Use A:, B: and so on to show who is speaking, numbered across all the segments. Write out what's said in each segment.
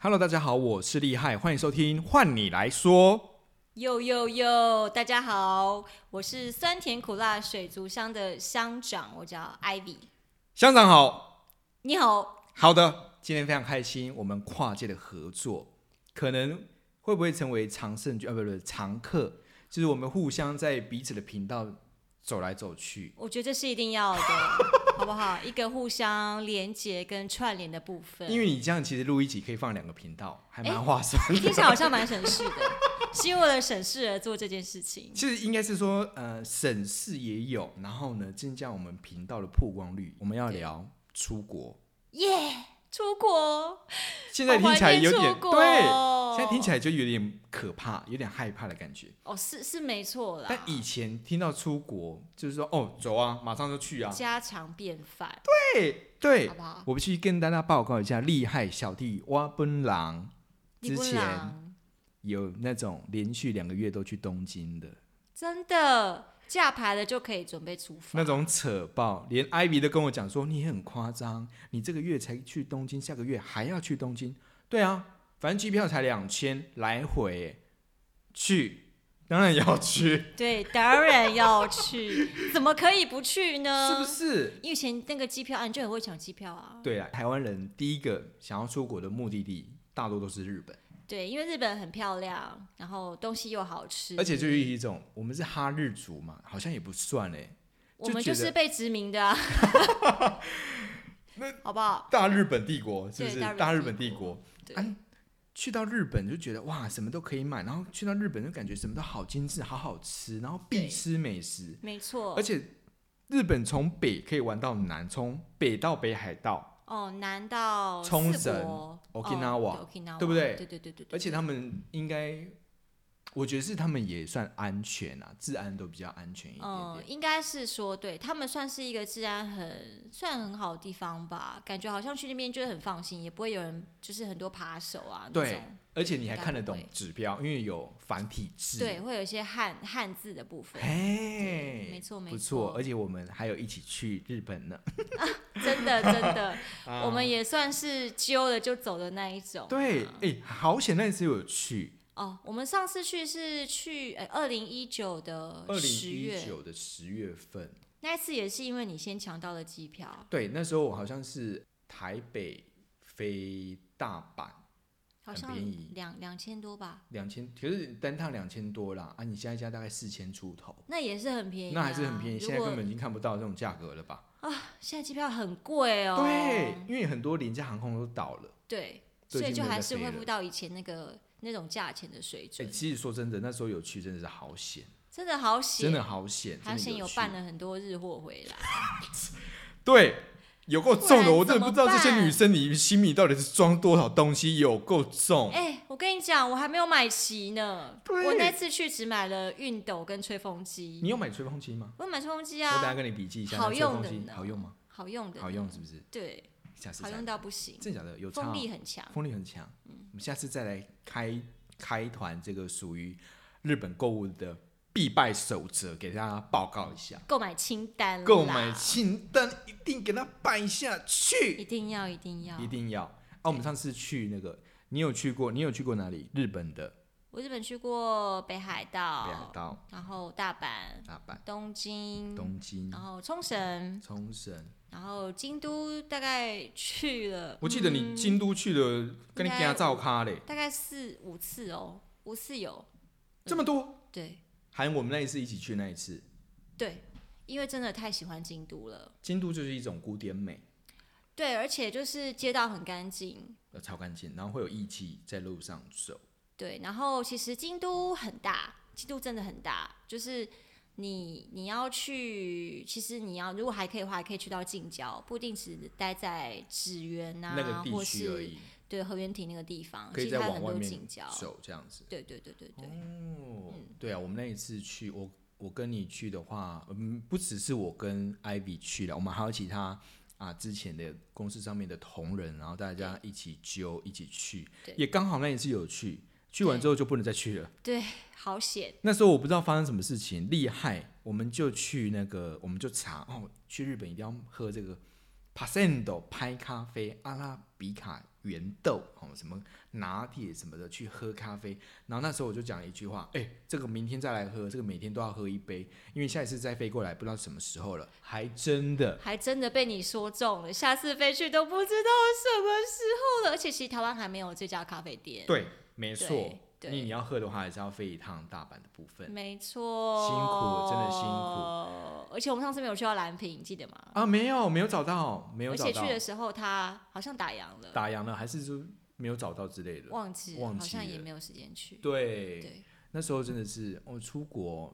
A: Hello，大家好，我是厉害，欢迎收听《换你来说》。
B: 呦呦呦！大家好，我是酸甜苦辣水族箱的乡长，我叫 Ivy。
A: 乡长好，
B: 你好，
A: 好的，今天非常开心，我们跨界的合作，可能会不会成为常胜军？啊，不不，常客，就是我们互相在彼此的频道走来走去。
B: 我觉得这是一 定要的，好不好？一个互相连接跟串联的部分，
A: 因为你这样其实录一集可以放两个频道，还蛮划算的。
B: 听起来好像蛮省事的， 是因为为了省事而做这件事情。
A: 其实应该是说，呃，省事也有，然后呢，增加我们频道的曝光率。我们要
B: 对
A: 聊出国，
B: 出国，
A: 现在听起来有点
B: 好怀念出国
A: 对，现在听起来就有点可怕，有点害怕的感觉。
B: 哦，是是没错啦，
A: 但以前听到出国，就是说哦，走啊，马上就去啊。
B: 家常便饭，
A: 对对
B: 好，不好？
A: 我必须跟大家报告一下，厉害小弟挖奔狼之
B: 你不
A: 前
B: 朗
A: 有那种连续两个月都去东京的
B: 真的假牌了就可以准备出发，
A: 那种扯爆，连艾比都跟我讲说你很夸张，你这个月才去东京，下个月还要去东京。对啊，反正机票才两千来回耶，去当然要去，
B: 对，当然要去，怎么可以不去呢？
A: 是不是？
B: 因为以前那个机票，啊，你就很会抢机票啊。
A: 对啊，台湾人第一个想要出国的目的地大多都是日本。
B: 对，因为日本很漂亮，然后东西又好吃，
A: 而且就是一种我们是哈日族嘛，好像也不算哎。
B: 我们
A: 就
B: 就
A: 觉得
B: 是被殖民的、 啊，好不好？
A: 大日本帝国是不是
B: 哦对大日？本
A: 大日本帝国，
B: 对
A: 哎、去到日本就觉得哇，什么都可以买，然后去到日本就感觉什么都好精致、好好吃，然后必
B: 对
A: 吃美食，
B: 没错
A: 而。且日本从北可以玩到南，从北到北海道，
B: 哦，南到
A: 冲
B: 四
A: 绳
B: 国、
A: Okinawa，
B: 哦、对 Okinawa，
A: 对不对
B: 对对对对对。
A: 而且他们应该，我觉得是他们也算安全啊，治安都比较安全一点点。
B: 嗯，应该是说，对他们算是一个治安很算很好的地方吧，感觉好像去那边就是很放心，也不会有人就是很多扒手啊那
A: 对
B: 种。
A: 而且你还
B: 应该
A: 看得
B: 不
A: 懂
B: 会
A: 指标，因为有繁体字。
B: 对，会有一些汉汉字的部分。
A: 嘿，
B: 没错没
A: 不
B: 错
A: 错，而且我们还有一起去日本呢。
B: 真的真 的，我们也算是揪了就走的那一种啊。
A: 啊对，哎、好险那次有去，
B: 哦，我们上次去是去呃二零一九的
A: 二零
B: 十
A: 一
B: 月，
A: 九的十月份，
B: 那一次也是因为你先抢到了机票，
A: 对，那时候我好像是台北飞大阪
B: 好
A: 很
B: 像
A: 便宜
B: 两两千多吧，
A: 两千，可是单趟两千多啦，啊，你加一加大概四千出头。
B: 那也是很便宜啊、
A: 那还是很便宜，现在
B: 如
A: 根
B: 果
A: 本已经看不到这种价格了吧？
B: 现在机票很贵哦。
A: 对，因为很多廉价航空都倒了。
B: 对，
A: 都已
B: 所以
A: 经
B: 就
A: 没有
B: 还
A: 在
B: 是
A: 飞
B: 恢
A: 了
B: 复到以前那个那种价钱的水
A: 哎、
B: 准，
A: 其实说真的，那时候有去真的是好险，
B: 真的好险，
A: 真的好险，
B: 好
A: 真
B: 险
A: 的
B: 有啊
A: 去
B: 办了很多日货回来。
A: 对，有够
B: 不
A: 重的，
B: 然
A: 我真的
B: 怎
A: 不
B: 么
A: 知道这些
B: 办
A: 女生你心里到底是装多少东西，有够重。
B: 哎、我跟你讲，我还没有买齐呢。
A: 哦对
B: 我那次去只买了熨斗跟吹风
A: 你
B: 机。
A: 有买吹风机吗？
B: 我有买吹风机
A: 我等下
B: 啊，
A: 跟你笔记一下。
B: 好
A: 那吹
B: 用
A: 风
B: 的
A: 机
B: 呢
A: 好用吗？
B: 好用的，
A: 好用是不是？
B: 对，
A: 下次
B: 好
A: 再
B: 用到不行，
A: 真的假的有差
B: 风
A: 哦，
B: 力很嗯强。
A: 风力很强。我们下次再来开开团这个属于日本购物的必败守则，给大家报告一下。
B: 购买清单啦，
A: 购买清单一定给它摆下
B: 一
A: 去，
B: 定要一定要
A: 一。定要。啊，我们上次去那个，你有去过？你有去过哪里？日本的
B: 我日本去过北海道，
A: 北海道、
B: 然后大阪、
A: 大阪、
B: 东京，
A: 东京、
B: 然后冲绳，
A: 冲绳。
B: 然后京都，大概去了。
A: 我记得
B: 嗯
A: 你京都去了，跟你
B: 应该
A: 家照咖嘞，
B: 大概四五次哦，五次有。
A: 这么多。
B: 对
A: 还有我们那一次一起去那一次，
B: 对，因为真的太喜欢京都了。
A: 京都就是一种古典美，
B: 对，而且就是街道很干净。
A: 呃，超干净，然后会有艺气在路上走。
B: 对，然后其实京都很大，京都真的很大，就是你你要去，其实你要如果还可以的话，还可以去到近郊，不一定只待在纸园啊，
A: 那个
B: 或
A: 地区而
B: 是
A: 已，
B: 对河原町那个地方，
A: 可以
B: 其实
A: 再
B: 它有
A: 往
B: 很
A: 外
B: 多
A: 面
B: 近郊。
A: 走这样子。
B: 对对对对对，
A: 哦，对啊，我们那一次去，我我跟你去的话，嗯，不只是我跟 Ivy 去了，我们还有其他啊之前的公司上面的同仁，然后大家一起揪一起去
B: 对，
A: 也刚好那一次有去，去完之后就不能再去了。
B: 好险！
A: 那时候我不知道发生什么事情，厉害，我们就去那个，我们就查哦，去日本一定要喝这个 Pasendo 拍咖啡阿拉比卡圆豆哦，什么拿铁什么的去喝咖啡。然后那时候我就讲了一句话，哎、这个明天再来喝，这个每天都要喝一杯，因为下一次再飞过来不知道什么时候了。还真的，
B: 还真的被你说中了，下次飞去都不知道什么时候了。而且其实台湾还没有这家咖啡店，
A: 对，没错
B: 对。对嗯
A: 你你要喝的话，还是要飞一趟大阪的部分
B: 没错，
A: 辛苦真的辛
B: 苦。而且我们上次没有去到蓝屏，你记得吗？
A: 啊，没有没有找到，没有
B: 而
A: 找
B: 且
A: 到
B: 去，的时候他好像打烊了，
A: 打烊了还是说没有找到之类的。
B: 忘记了
A: 忘
B: 好
A: 记
B: 像也
A: 了
B: 没有时间去。
A: 对，
B: 对，
A: 那时候真的是我、哦出国，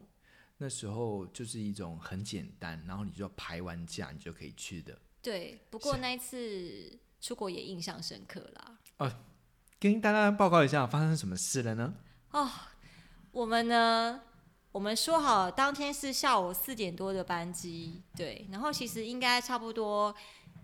A: 那时候就是一种很简单，然后你就要排完假，你就可以去的。
B: 对，不过那一次出国也印象深刻啦。
A: 跟大家报告一下发生什么事了呢？
B: 我们呢，我们说好当天是下午四点多的班机，对，然后其实应该差不多，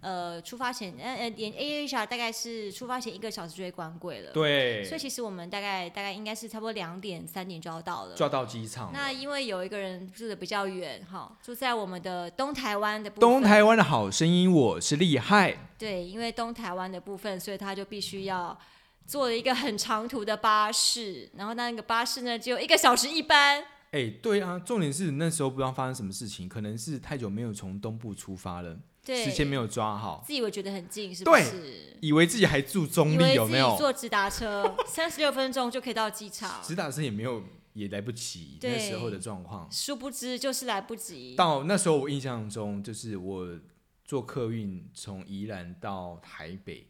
B: 呃，出发前，呃呃，连 A H R 大概是出发前一个小时就会关柜了，，
A: 对
B: 呃所以其实我们大概大概应该是差不多两点三点就要到了。
A: 抓到机场
B: 那
A: 了。
B: 因为有一个人住的比较远，哈，住在我们的东台湾的部分
A: 东台湾的好声音，我是厉害。
B: 对，因为东台湾的部分，所以他就必须要坐了一个很长途的巴士，然后那个巴士呢只有一个小时一班，
A: 哎，对啊，重点是那时候不知道发生什么事情，可能是太久没有从东部出发了，
B: 对，
A: 时间没有抓好，
B: 自以为觉得很近，是不
A: 对
B: 是？
A: 以为自己还住中
B: 以
A: 立，
B: 为
A: 有
B: 自
A: 没
B: 己
A: 有？
B: 坐直达车三十六分钟就可以到 机场，
A: 直达车也没有，也来不及
B: 对
A: 那时候的状况。
B: 殊不知就是来不及。
A: 到那时候，我印象中就是我坐客运从宜兰到台北，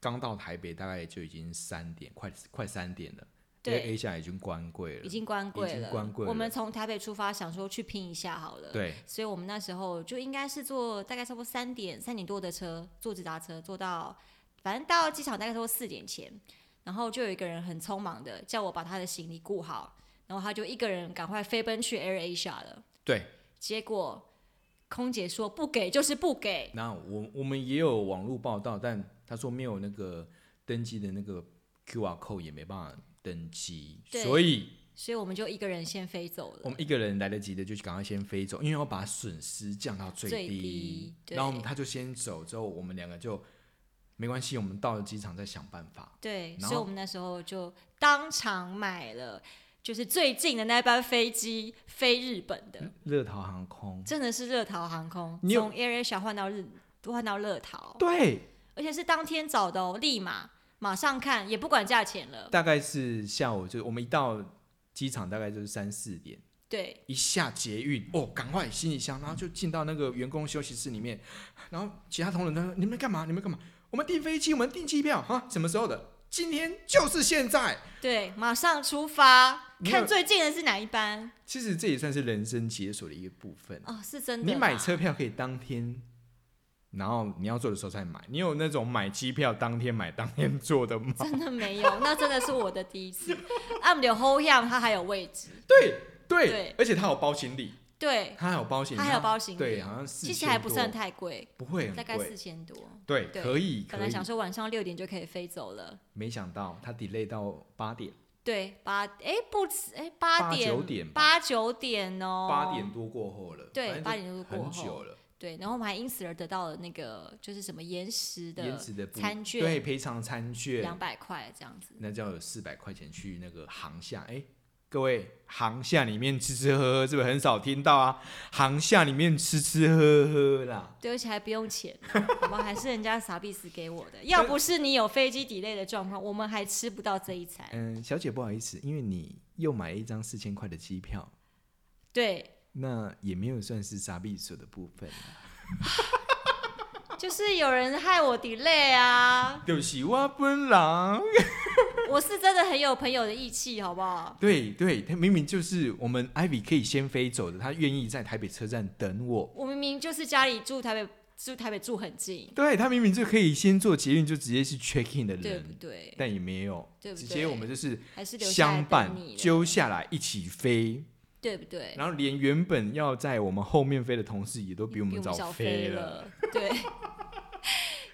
A: 刚到台北大概就已经三点，快快三点了。因为
B: 对
A: A 下已经关柜了，
B: 已经关柜
A: 已经
B: 了，
A: 关柜
B: 我们
A: 了
B: 从台北出发，想说去拼一下好了。
A: 对
B: 所以我们那时候就应该是坐大概差不多三点三点多的车，坐直达车坐到，反正到机场大概差不多四点前，然后就有一个人很匆忙的叫我把他的行李顾好，然后他就一个人赶快飞奔去 AirAsia 了，
A: 对。
B: 结果空姐说不给就是不给，
A: 那我我们也有网络报道，但他说没有那个登记的那个 QR code 也没办法登记，
B: 对
A: 所以
B: 所以我们就一个人先飞走
A: 我
B: 了。
A: 们一个人来得及的就赶快先飞走，因为要把损失降到最
B: 最低对
A: 然后我们他就先走，之后我们两个就没关系，我们到了机场再想办法。
B: 对，
A: 然
B: 所以
A: 后
B: 我们那时候就当场买了。就是最近的那班飞机飞日本的，
A: 呃乐桃航空，
B: 真的是乐桃航空，
A: 你有
B: 从 AirAsia 换到日换到乐桃，
A: 对，
B: 而且是当天找的哦，立马马上看，也不管价钱了。
A: 大概是下午，就我们一到机场大概就是三四点，
B: 对，
A: 一下捷运哦，赶快行李箱，然后就进到那个员工休息室里面，然后其他同仁都说：“你们干嘛？你们干嘛？我们订飞机，我们订机票哈，什么时候的？今天就是现在。”
B: 对，马上出发，
A: 你有
B: 看最近的是哪一班
A: 其实这也算是人生解锁的一个部分。
B: 哦，是真的啦。
A: 你买车票可以当天，然后你要做的时候再买。你有那种买机票当天买当天做的吗？
B: 真的 没有，那真的是我的第一次。按钮 hold 它还有位置，
A: 对对
B: 对
A: 而且它有包行李，
B: 对，
A: 它还有包行李，啊
B: 它还有包行李
A: 对，好像四
B: 其实还不算太贵，
A: 不会很
B: 大概
A: 贵，
B: 四千多。
A: 对，
B: 对
A: 可以
B: 本
A: 可
B: 来
A: 以。
B: 想说晚上六点就可以飞走了，
A: 没想到它 delay 到八点，
B: 对，八哎不止哎八
A: 八
B: 点
A: 九点吧
B: 八九点哦，
A: 八点多过后了，反
B: 对
A: 正
B: 八点多
A: 很
B: 过后
A: 久了，
B: 对，然后我们还因此而得到了那个就是什么延时
A: 延
B: 的
A: 迟的补
B: 餐券，
A: 对，赔偿餐券
B: 两，百块这样子。
A: 那就要有四百块钱去那个航厦，哎。各位，航厦里面吃吃喝喝是不是很少听到啊？航厦里面吃吃喝喝啦，
B: 对，而且还不用钱，好吧，还是人家傻逼死给我的。要不是你有飞机 delay 的状况，我们还吃不到这一餐。
A: 嗯，小姐不好意思，因为你又买了一张四千块的机票，
B: 对，
A: 那也没有算是傻逼所的部分啊。
B: 就是有人害我 delay 啊，
A: 就是我本人，
B: 我是真的很有朋友的义气，好不好？
A: 对对，他明明就是我们 Ivy 可以先飞走的，他愿意在台北车站等我。
B: 我明明就是家里住台北，住台北住很近，
A: 对他明明就可以先做捷运就直接去 check in 的
B: 对不
A: 人，
B: 对？
A: 但也没有，
B: 对不
A: 直
B: 对？
A: 接我们就是
B: 还是留下来
A: 相伴
B: 等你了，
A: 揪下来一起飞，
B: 对不对？
A: 然后连原本要在我们后面飞的同事也都比我们早
B: 早
A: 飞
B: 了，对，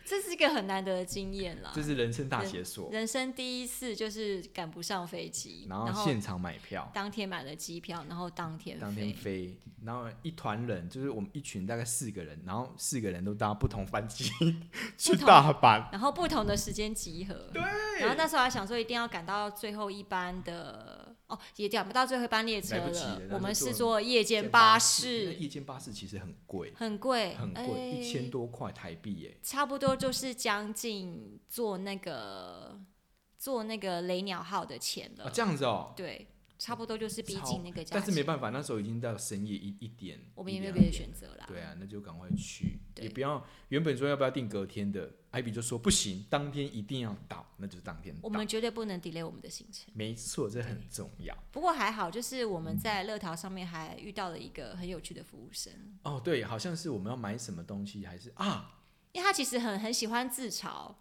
B: 这是是个很难得的经验啦
A: 这。是人生大解锁。
B: 人生第一次就是赶不上飞机，
A: 然后现场买票，
B: 当天买了机票，然后当天
A: 当天
B: 飞。
A: 飞，然后一团人就是我们一群大概四个人，然后四个人都搭不同班机 去
B: 不同
A: 大阪，
B: 然后不同的时间集合，对。然后那时候还想说一定要赶到最后一班的，哦，也赶不到最后一班列车
A: 来不及了
B: 了
A: 然。后
B: 我们
A: 就坐
B: 是坐夜间
A: 巴
B: 巴
A: 因为
B: 士，
A: 夜间巴士其实很贵，
B: 很贵，
A: 很贵，一
B: 哎
A: 千多块台币耶。
B: 差不多就是将近坐那个坐那个雷鸟号的钱了。
A: 啊，这样子哦，
B: 对，差不多就是逼近那个价钱。
A: 但是没办法，那时候已经到深夜一一点，
B: 我们也没有
A: 一
B: 别
A: 两
B: 的
A: 点
B: 选择啦。
A: 对啊，那就赶快去，也
B: 对
A: 不要原本说要不要订隔天的，艾比就说不行，当天一定要到，那就是当天到。
B: 我们绝对不能 delay 我们的行程。
A: 没错，这很重要
B: 不过还好，就是我们在乐淘上面还遇到了一个很有趣的服务生，
A: 哦。对，好像是我们要买什么东西，还是啊？
B: 因为他其实很很喜欢自嘲，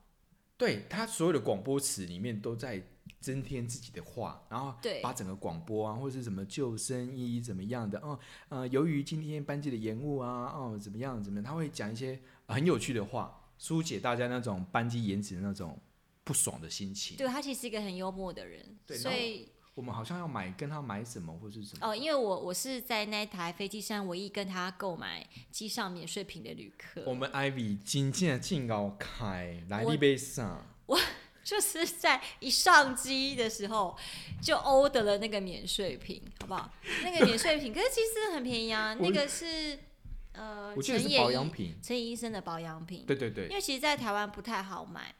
A: 对他所有的广播词里面都在增添自己的话，然后
B: 对
A: 把整个广播啊，或是什么救生衣怎么样的，哦，呃，由于今天班机的延误啊，哦，怎么样怎么样，他会讲一些呃很有趣的话，疏解大家那种班机延迟的那种不爽的心情。
B: 对他其实是一个很幽默的人，
A: 对
B: 所以
A: 我们好像要买跟他买什么或是什么
B: 哦，因为我我是在那台飞机上唯一跟他购买机上免税品的旅
A: 我
B: 客，
A: 们 Ivy 真正进高开来
B: 我
A: 你杯上，
B: 就是在一上机的时候就 order 了那个免税品，好不好？那个免税品，可是其实很便宜啊，
A: 我
B: 那个是呃
A: 我记
B: 陈
A: 得是
B: 野
A: 保养
B: 医
A: 品。
B: 陈野医生的保养品，
A: 对对对
B: 因，为其实，在台湾不太好买。嗯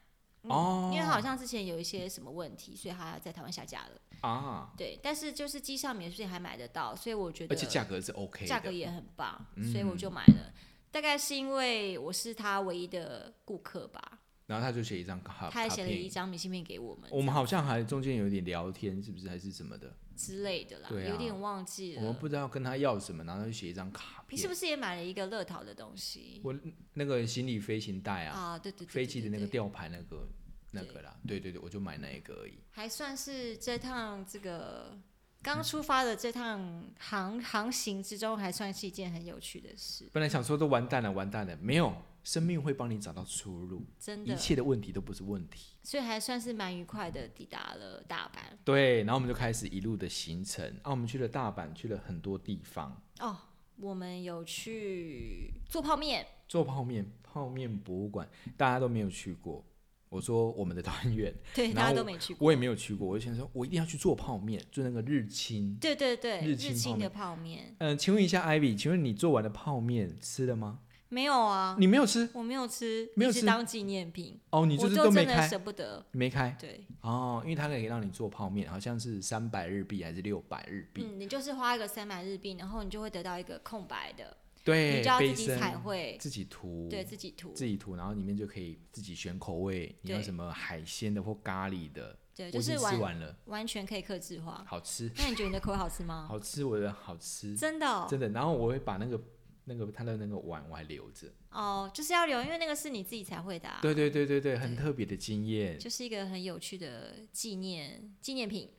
A: 哦
B: 因为好像之前有一些什么问题，所以他在台湾下架了。
A: 啊，
B: 对，但是就是机上免税还买得到，所以我觉得
A: 而且价格是 OK
B: 价格
A: 的，
B: 也很棒，
A: 嗯
B: 所以我就买了。大概是因为我是他唯一的顾客吧，
A: 然后啊他就写一张卡，
B: 他还写了
A: 卡片
B: 一张明信片给我们
A: 我们好像还中间有点聊天，是不是还是什么的？
B: 之类的啦，
A: 对啊
B: 有点忘记
A: 我们
B: 了。
A: 不知道跟他要什么，然后他就写一张卡
B: 你是
A: 片。
B: 不是也买了一个乐淘的东西？
A: 我那个行李飞行带啊，
B: 啊，对对对，
A: 飞机的那
B: 对
A: 个
B: 对对
A: 吊牌那个那
B: 对
A: 个啦，对对对，我就买那一个而已。
B: 还算是这趟这个刚出发的这趟航航行之中，还算是一件很有趣的事，
A: 本来想说都完蛋了，完蛋了，没有，生命会帮你找到出路，
B: 真
A: 一
B: 的。
A: 切的问题都不是问题。
B: 所以还算是蛮愉快的抵达了大阪
A: 对，然后我们就开始一路的行程。啊，我们去了大阪，去了很多地方，
B: 哦。我们有去做泡面，
A: 做泡面，泡面博物馆大家都没有去过。我说我们的团 员，
B: 对，
A: 然后
B: 大家都没去过。
A: 我也没有去过，我就想说，我一定要去做泡面，做那个日清。
B: 对对对，
A: 日
B: 日
A: 清
B: 清的泡面
A: 嗯、请问一下，Ivy，请问你做完的泡面吃了吗？
B: 没有啊，
A: 你没有吃
B: 我没有吃，
A: 没有
B: 一直
A: 吃
B: 当纪念品，
A: 哦，你就是都
B: 我就
A: 没
B: 真的
A: 开，
B: 舍不得。
A: 没开
B: 对，
A: 哦，因为它可以让你做泡面，好像是三百日币还是六百日币？
B: 嗯，你就是花一个三百日币，然后你就会得到一个空白的，
A: 对，
B: 你就要
A: 杯
B: 自己
A: 身
B: 彩绘，
A: 自己涂，
B: 对自己涂，
A: 自己涂，然后里面就可以自己选口味，你要
B: 对
A: 什么海鲜的或咖喱的，
B: 对，
A: 我
B: 就
A: 已经
B: 是
A: 吃
B: 完
A: 完了，
B: 完全可以克制化。
A: 好吃，
B: 那你觉得你的口味好吃吗？
A: 好吃，我的好吃，
B: 嗯真的哦
A: 真的。然后我会把那个那个它的那个碗我还留着，
B: 哦，就是要留，因为那个是你自己才会的啊。
A: 对对对对对，很特别的经验，
B: 就是一个很有趣的纪念纪念品。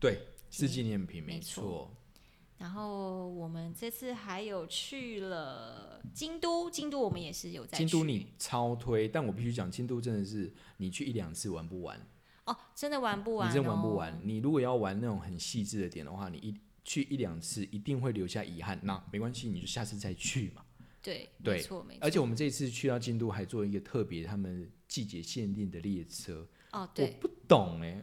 A: 对，是纪念品，没
B: 没
A: 错。
B: 然后我们这次还有去了京都，京都我们也是有在去
A: 京都你超推，但我必须讲，京都真的是你去一两次玩不完，
B: 哦，真的玩不完、哦，
A: 你真玩不完。你如果要玩那种很细致的点的话，你一去一两次一定会留下遗憾。那没关系，你就下次再去嘛。
B: 对，
A: 对
B: 没错没错。
A: 而且我们这次去到京都还做一个特别他们季节限定的列车，
B: 哦，
A: 我
B: 对，
A: 不懂哎、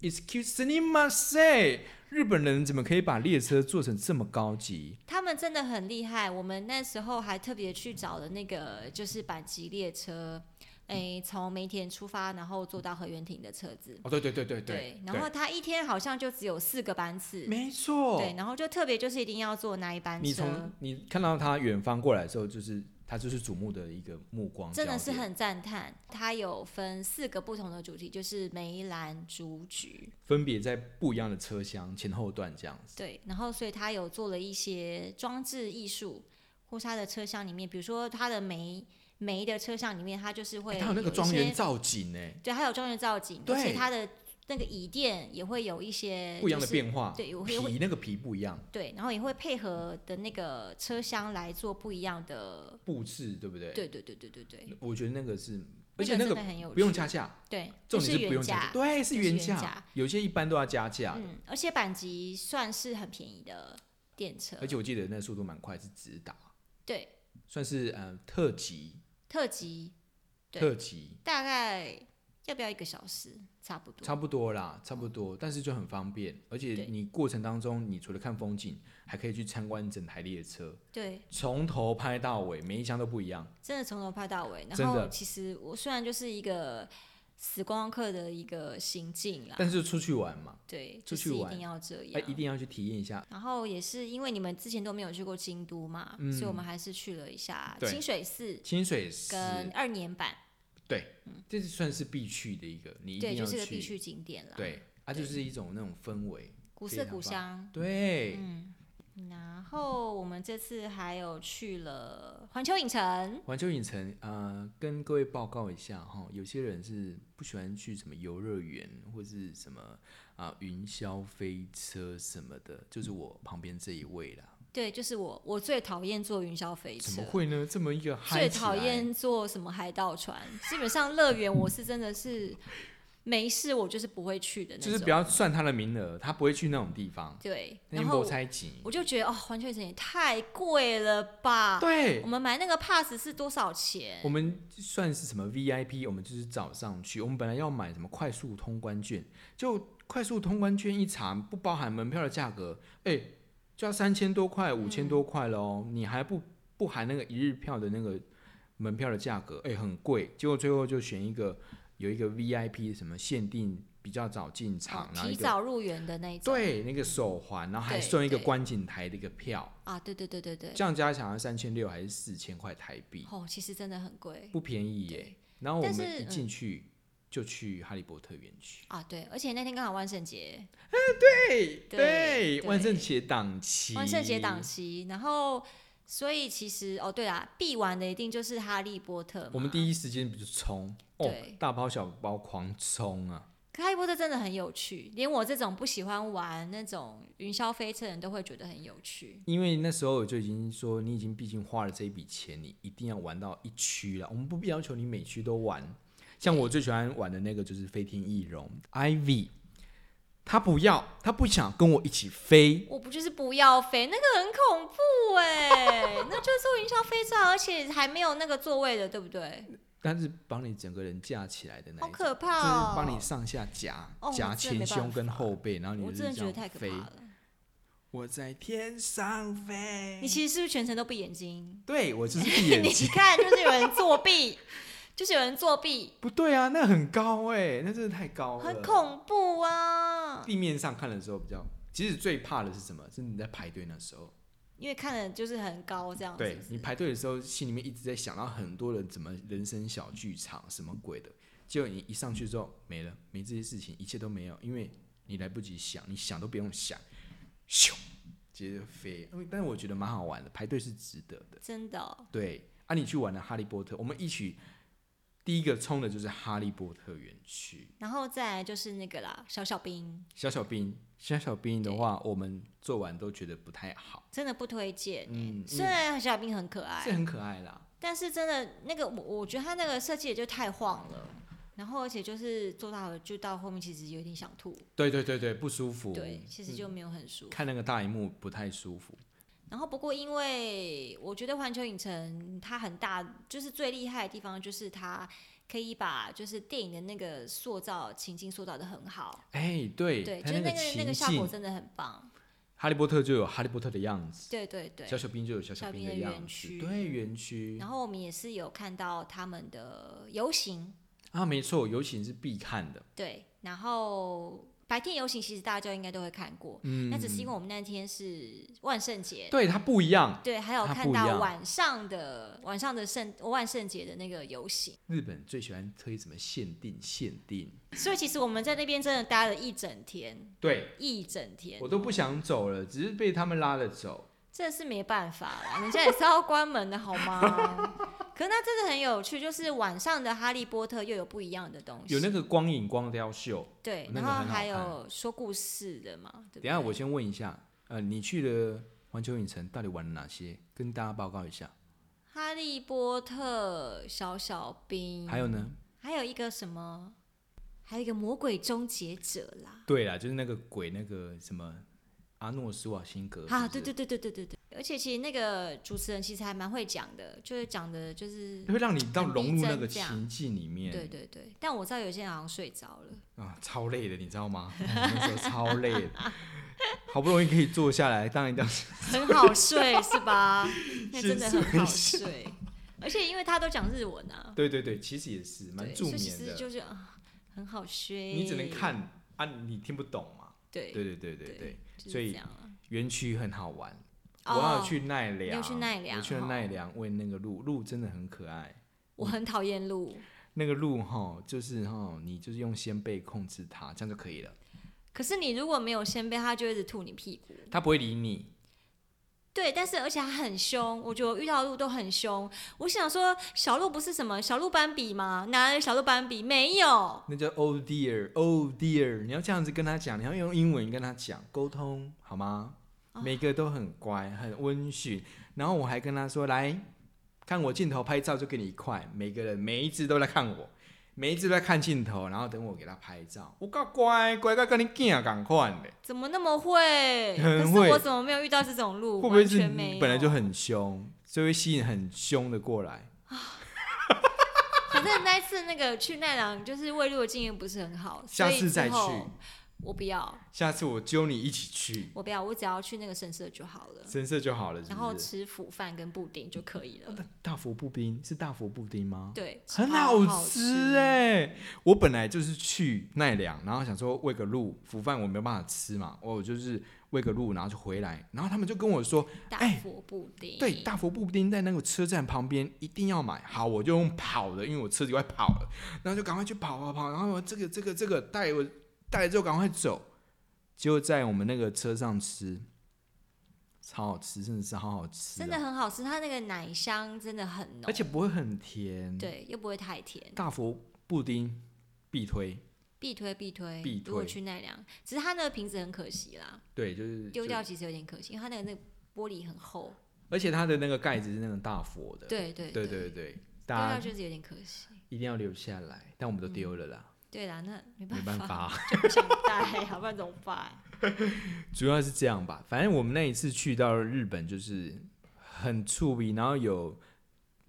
A: Excuse me, m say，日本人怎么可以把列车做成这么高级？
B: 他们真的很厉害。我们那时候还特别去找了那个就是阪急列车，
A: 嗯
B: 诶，从梅田出发，然后坐到河原町的车子。
A: 哦，对对对对
B: 然后它一天好像就只有四个班次，
A: 没错，
B: 对，然后就特别就是一定要坐那一班
A: 你
B: 车
A: 从，你看到他远方过来的时候，就是他就是瞩目的一个目光焦
B: 真
A: 点，
B: 的是很赞叹。它有分四个不同的主题，就是梅兰竹菊，
A: 分别在不一样的车厢前后段这样子。
B: 对，然后所以它有做了一些装置艺术，或是它的车厢里面，比如说它的梅梅的车厢里面，它就是会
A: 哎他有那个
B: 一
A: 庄园
B: 些，
A: 造景哎，
B: 对，它有庄园造景，而
A: 对
B: 且它的那个椅垫也会有一些
A: 不一样的
B: 就是
A: 变化，
B: 对我会
A: 皮那个皮不一样，
B: 对，然后也会配合的那个车厢来做不一样的，
A: 布置对不对？
B: 对对对对对对。
A: 我觉得那个是而且那
B: 真
A: 个
B: 的很有趣，
A: 不用加价，
B: 对，
A: 重点
B: 是
A: 不用
B: 原
A: 加
B: 价
A: 价，，对，啊是
B: 就是
A: 原
B: 原价
A: 有些一般都要加价的，
B: 嗯，而且板级算是很便宜的电车，
A: 而且我记得那速度蛮快，是直达，
B: 对
A: 算是嗯特级
B: 特级对
A: 特级，
B: 大概要不要一个小时？差不多，
A: 差不多啦，差不多，但是就很方便，而且
B: 对
A: 你过程当中，你除了看风景，还可以去参观整台列车，
B: 对，
A: 从头拍到尾，每一箱都不一样。
B: 真的从头拍到尾。
A: 真
B: 然
A: 的
B: 后其实我虽然就是一个死观光客的一个行径啦，
A: 但是出去玩嘛，
B: 对，
A: 出
B: 就
A: 去
B: 啊是一
A: 玩
B: 定要这
A: 哎、
B: 样，
A: 一定要去体验一下。
B: 然后也是因为你们之前都没有去过京都嘛，
A: 嗯
B: 所以我们还是去了一下
A: 对
B: 清水寺
A: 清水寺，
B: 跟二年版，
A: 这是算是必去的一个，你一定
B: 对，
A: 要
B: 就是
A: 去。
B: 个必去景点了。，
A: 对，它、就
B: 对
A: 是一种那种氛围。
B: 古
A: 非
B: 色
A: 常
B: 古香。
A: 对，
B: 嗯，然后我们这次还有去了环球影城，
A: 环球影城，呃，跟各位报告一下哈，有些人是不喜欢去什么游乐园或是什么啊、云霄飞车什么的，就是我旁边这一位啦。
B: 对，就是我，我最讨厌坐云霄飞
A: 怎
B: 车
A: 么。会呢？这么一个嗨
B: 最
A: 起
B: 讨
A: 来
B: 厌坐什么海盗船，基本上乐园我是真的是没事，我就是不会去的那种。
A: 就是不要算他的名额，他不会去那种地方，
B: 对，
A: 那天
B: 然后
A: 博
B: 我
A: 猜忌。
B: 我就觉得哦，环球影城也太贵了吧！
A: 对
B: 我，们买那个 pass 是多少钱？
A: 我们算是什么 VIP？我们就是早上去，我们本来要买什么快速通关券，就快速通关券一查，不包含门票的价格，哎、就要三千多块、五千多块喽、你还不不含那个一日票的那个门票的价格，哎、很贵。结果最后就选一个有一个 VIP 什么限定比较早进场啊
B: 哦，
A: 然后一
B: 提
A: 个
B: 早入园的那一种。
A: 对那个手环，然后还
B: 对
A: 送一个
B: 对
A: 观景台的一个票，
B: 啊，对对对对对
A: 这，样加起来三千六还是四千块台币。
B: 哦，其实真的很贵
A: 不便宜耶。然后我
B: 但
A: 们
B: 是
A: 一
B: 嗯
A: 进去就去哈利波特园区，
B: 啊，对，而且那天刚好万圣节，
A: 对
B: 对
A: 万圣节档期，
B: 万圣节档，期，然后所以其实哦，对啦，必玩的一定就是哈利波特嘛。
A: 我们第一时间不就冲哦
B: 对，
A: 大包小包狂冲啊！
B: 可哈利波特真的很有趣，连我这种不喜欢玩那种云霄飞车的人都会觉得很有趣。
A: 因为那时候我就已经说，你已经毕竟花了这一笔钱，你一定要玩到一区了。我们不必要求你每区都玩，像我最喜欢玩的那个就是飞天翼龙 Ivy，他不要，他不想跟我一起飞，
B: 我不就是不要飞，那个很恐怖哎、 那就是坐云霄飞车，而且还没有那个座位的，对不对？
A: 但是帮你整个人架起来的那
B: 好
A: 一种。
B: 可怕
A: 就是
B: 哦！
A: 帮你上下夹
B: 哦
A: 夹
B: 我
A: 前
B: 真的没
A: 胸
B: 办
A: 跟
B: 法
A: 后背，然后你
B: 我
A: 就是
B: 真的
A: 这
B: 觉
A: 样
B: 得太可怕
A: 飞。
B: 了。
A: 我在天上飞。
B: 你其实是不是全程都闭眼睛？
A: 对我就是 闭眼
B: 你
A: 睛，
B: 看，就是有人作弊， 就是有人作弊，
A: 不对啊，那很高哎、那真的太高了，
B: 很。恐怖啊！
A: 地面上看的时候比较，其实最怕的是什么？是你在排队那时候，
B: 因为看的啊就是很高这样子。
A: 对你排队的时候，心里面一直在想到很多人怎么人生小剧场什么鬼的，结果你一上去之后没了，没这些事情，一切都没有，因为你来不及想，你想都不用想，咻，直接就飞。嗯但是我觉得蛮好玩的，排队是值得的。
B: 真的哦、
A: 对，啊，你去玩了《哈利波特》，我们一起第一个冲的就是《哈利波特》园区。
B: 然后再来就是那个啦，小小兵
A: 小小兵，小小兵的话，我们做完都觉得不太好，
B: 真的不推荐、
A: 嗯
B: 虽然小小兵很可
A: 这
B: 爱，
A: 很可爱啦。
B: 但是真的那个我我觉得他那个设计也就太晃了。然后，而且就是做到了，就到后面其实有点想吐，
A: 对对对对，不舒服。
B: 对，其实就没有很舒服。
A: 看那个大荧幕不太舒服。
B: 然后不过，因为我觉得环球影城它很大，就是最厉害的地方就是它可以把就是电影的那个塑造情境塑造的很好，
A: 哎，对，
B: 对，就
A: 它
B: 是
A: 个
B: 那个那
A: 情
B: 个效果
A: 境，
B: 真的很棒，
A: 哈利波特就有哈利波特的样子，
B: 对对对
A: 小。小兵就有小
B: 小
A: 兵
B: 兵的园
A: 样子，
B: 区
A: 对，园区
B: 然后我们也是有看到他们的游行，
A: 啊，没错，尤其是必看的，
B: 对，然后白天游行其实大家应该都会看过，
A: 嗯，
B: 那只是因为我们那天是万圣节，
A: 对它不一样，
B: 对，还有
A: 它
B: 看
A: 不一
B: 到
A: 样
B: 晚上的晚上的圣万圣节的那个游行。
A: 日本最喜欢推什么限定限定，
B: 所以其实我们在那边真的待了一整天，
A: 对
B: 一整天
A: 我，都不想走了，只是被他们拉着走，
B: 真的是没办法啦，人家也是要关门的好吗？ 可是那真的很有趣，就是晚上的哈利波特又有不一样的东西，
A: 有那个光影光雕秀。
B: 对，
A: 那
B: 然
A: 个很
B: 后
A: 好
B: 还有说故事的嘛，对不对？
A: 等一下我先问一下，呃，你去了环球影城到底玩了哪些？跟大家报告一下。
B: 哈利波特、小小兵，
A: 还有呢，
B: 还有一个什么，还有一个魔鬼终结者啦。
A: 对啦，就是那个鬼，那个什么阿诺斯瓦辛格呃
B: 啊，
A: 是不
B: 对
A: 是
B: 对对对对对对，而且其实那个主持人其实还蛮会讲的，就是讲的就是，
A: 会让你到
B: 很
A: 融入
B: 逼
A: 那
B: 真
A: 个
B: 这样
A: 情境里面，
B: 对对对。但我知道有些人好像睡着了，
A: 啊，超累的，你知道吗？ 哦那时候超累的，好不容易可以坐下来，当然当时
B: 很好睡 是吧？那真的
A: 先
B: 很
A: 睡一
B: 好
A: 下
B: 睡，而且因为他都讲日文 啊，
A: 对对对，其实也是蛮
B: 对，
A: 助
B: 所以其
A: 眠
B: 实
A: 的，
B: 就是啊，很好睡。
A: 你只能，看啊，你听不懂嘛，
B: 对
A: 对对对对
B: 对
A: 对，
B: 就是
A: 所以
B: 这样啊
A: 园区很好玩，我
B: 哦
A: 要去奈良，
B: 你有去奈良
A: 我去了
B: 哦
A: 奈良喂那个鹿，鹿真的很可爱。
B: 我很讨厌鹿，
A: 那个鹿哈，就是哈，你就是用先辈控制它，这样就可以了。
B: 可是你如果没有先辈，它就一直吐你屁股。
A: 它不会理你，
B: 对，但是而且它很凶，我觉得我遇到的鹿都很凶。我想说，小鹿不是什么小鹿斑比吗？哪来的小鹿斑比？没有。
A: 那叫 oh dear，oh dear。你要这样子跟它讲，你要用英文跟它讲沟通，好吗？
B: 哦
A: 每个都很乖，很温驯。然后我还跟它说，来看我镜头拍照，就给你一块。每个人每一只都在看我，每一只都在看镜头，然后等我给它拍照。我够乖，乖到跟你囝赶快的。
B: 怎么那么 会？
A: 很
B: 可是
A: 会
B: 我怎么没有遇到这种鹿？
A: 会不会
B: 完
A: 是
B: 全没
A: 你
B: 有
A: 本来就很凶，所以会吸引很凶的过来？
B: 反正那一次那个去奈良，就是喂鹿的经验不是很好，
A: 下
B: 所以
A: 次再
B: 之后
A: 去。
B: 我不要，
A: 下次我揪你一起去
B: 我不要，我只要去那个神社就好了，
A: 深色就好了，是
B: 然后
A: 不是？
B: 吃腐饭跟布丁就可以了。
A: 大佛布丁是大佛布丁吗？
B: 对，
A: 很
B: 超好
A: 吃哎、我本来就是去奈良，然后想说喂个鹿，腐饭我没有办法吃嘛，我就是喂个鹿，然后就回来，然后他们就跟我说，
B: 大
A: 哎
B: 佛布丁。
A: 对，大佛布丁在那个车站旁边一定要买。好，我就用跑的，因为我车子快跑了，然后就赶快去跑跑跑，然后这个这个这个带我带了之后赶快走，结果在我们那个车上吃，超好吃，真的是好好吃、啊
B: 真的，很好吃，它那个奶香真的很浓，
A: 哦而且不会很甜。，
B: 对又不会太甜，
A: 大佛布丁必推，
B: 必推必推。
A: 必
B: 如果
A: 推
B: 去奈良，只是它那个瓶子很可惜啦，
A: 对，就是
B: 丢。
A: 就
B: 掉其实有点可惜，因为它那个那个玻璃很厚。
A: 而且它的那个盖子是那种大佛的，
B: 对对
A: 呃对
B: 丢
A: 对对，
B: 掉
A: 大家
B: 就是有点可惜。
A: 一定要留下来，但我们都丢了啦，
B: 对啦，那嗯没
A: 没办
B: 法，
A: 法。
B: 就不想带，好不然怎么办？
A: 主要是这样吧，反正我们那一次去到日本就是很触鼻，然后有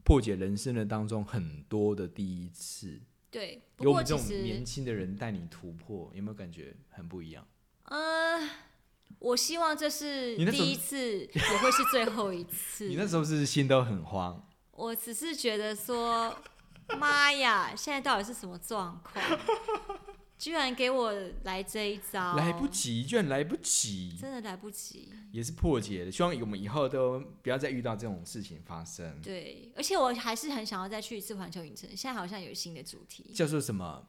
A: 破解人生的当中很多的第一次，
B: 对，不
A: 有我
B: 过
A: 们这
B: 其
A: 种年
B: 实，
A: 轻的人带你突破，有没有感觉很不一样？
B: 呃，我希望这是
A: 你那时候
B: 第一次，也会是最后一次
A: 你。那时候是不是心都很慌，
B: 我只是觉得说，妈呀，现在到底是什么状况？居然给我来这一招，
A: 来不，及，居然来不及，
B: 哦真的来不及。
A: 也是破解的。希望我们以后都不要再遇到这种事情发生。
B: 对，而且我还是很想要再去一次环球影城，现在好像有新的主题。
A: 叫做什么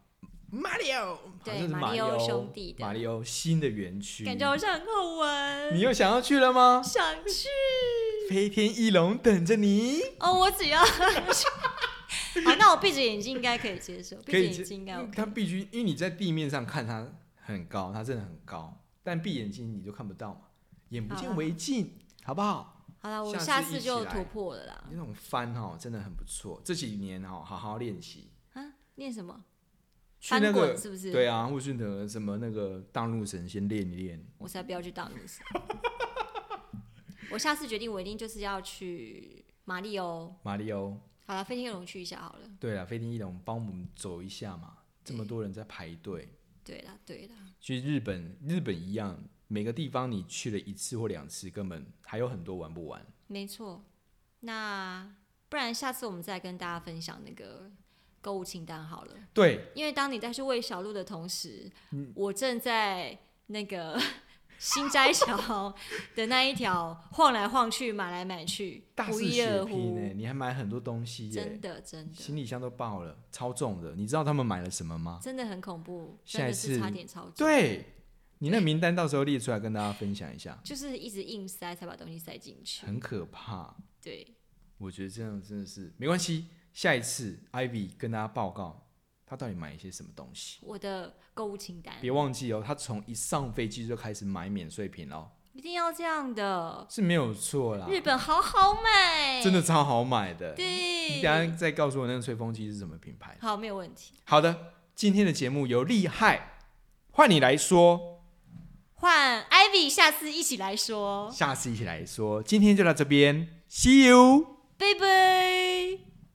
A: ？Mario，好
B: 对
A: 像是
B: 马
A: 马
B: 里
A: 里
B: 奥
A: 奥
B: 兄弟的
A: 马里奥新的园区，
B: 感觉好像很好
A: 你
B: 玩，
A: 又想要去了吗？
B: 想去
A: 飞天翼龙等着你。
B: 哦！我只要好，那我闭着眼睛应该可以接受，闭
A: 可
B: 着
A: 以
B: 眼
A: 接
B: 睛应该
A: 嗯
B: OK。
A: 它必须，因为你在地面上看它很高，它真的很高，但闭眼睛你就看不到嘛，眼不
B: 好
A: 见
B: 啊
A: 为净，好不好？
B: 好了，我
A: 下次
B: 下
A: 一
B: 次
A: 起
B: 就
A: 来
B: 突破了啦。
A: 那种翻哦，真的很不错。这几年哦，好好练习，
B: 啊，念什么？
A: 去那
B: 翻滚
A: 个
B: 是不是？
A: 对啊，或是的什么那个大陆神先练一练。
B: 我才不要去当女生。 我下次决定，我一定就是要去马里欧。
A: 马里奥，
B: 好了，飞天翼龙去一下好了。
A: 对了，飞天翼龙帮我们走一下嘛，这么多人在排队。
B: 对啦，对啦，
A: 去日本，日本一样，每个地方你去了一次或两次，根本还有很多玩不完。
B: 没错。那不然下次我们再跟大家分享那个购物清单好了。
A: 对，
B: 因为当你在去喂小鹿的同时，
A: 嗯
B: 我正在那个 新斋桥的那一条晃来晃去、买来买去，
A: 大
B: 不
A: 肆
B: 亦
A: 血
B: 乐
A: 拼呢、
B: 乎。
A: 你还买很多东西耶、
B: 真的，真的，
A: 行李箱都爆了，超重的。你知道他们买了什么吗？
B: 真的很恐怖，
A: 下
B: 真
A: 一
B: 的
A: 次
B: 是差点超重。
A: 对你那名单到时候列出来跟大家分享一下，
B: 就是一直硬塞才把东西塞进去。
A: 很可怕。
B: 对，
A: 我觉得这样真的是没关系，下一次 Ivy 跟大家报告他到底买一些什么东西。
B: 我的购物清单
A: 别忘记哦，他从一上飞机就开始买免税品喽。
B: 一定要这样的。
A: 是没有错啦，
B: 日本好好买，
A: 啊真的超好买的。你等一
B: 对，
A: 下再告诉我那个吹风机是什么品牌。
B: 好，没有问题。
A: 好的，今天的节目由厉害换你来说，
B: 换 Ivy 下次一起来说，
A: 下次一起来说。今天就到这边，See you。
B: 拜拜。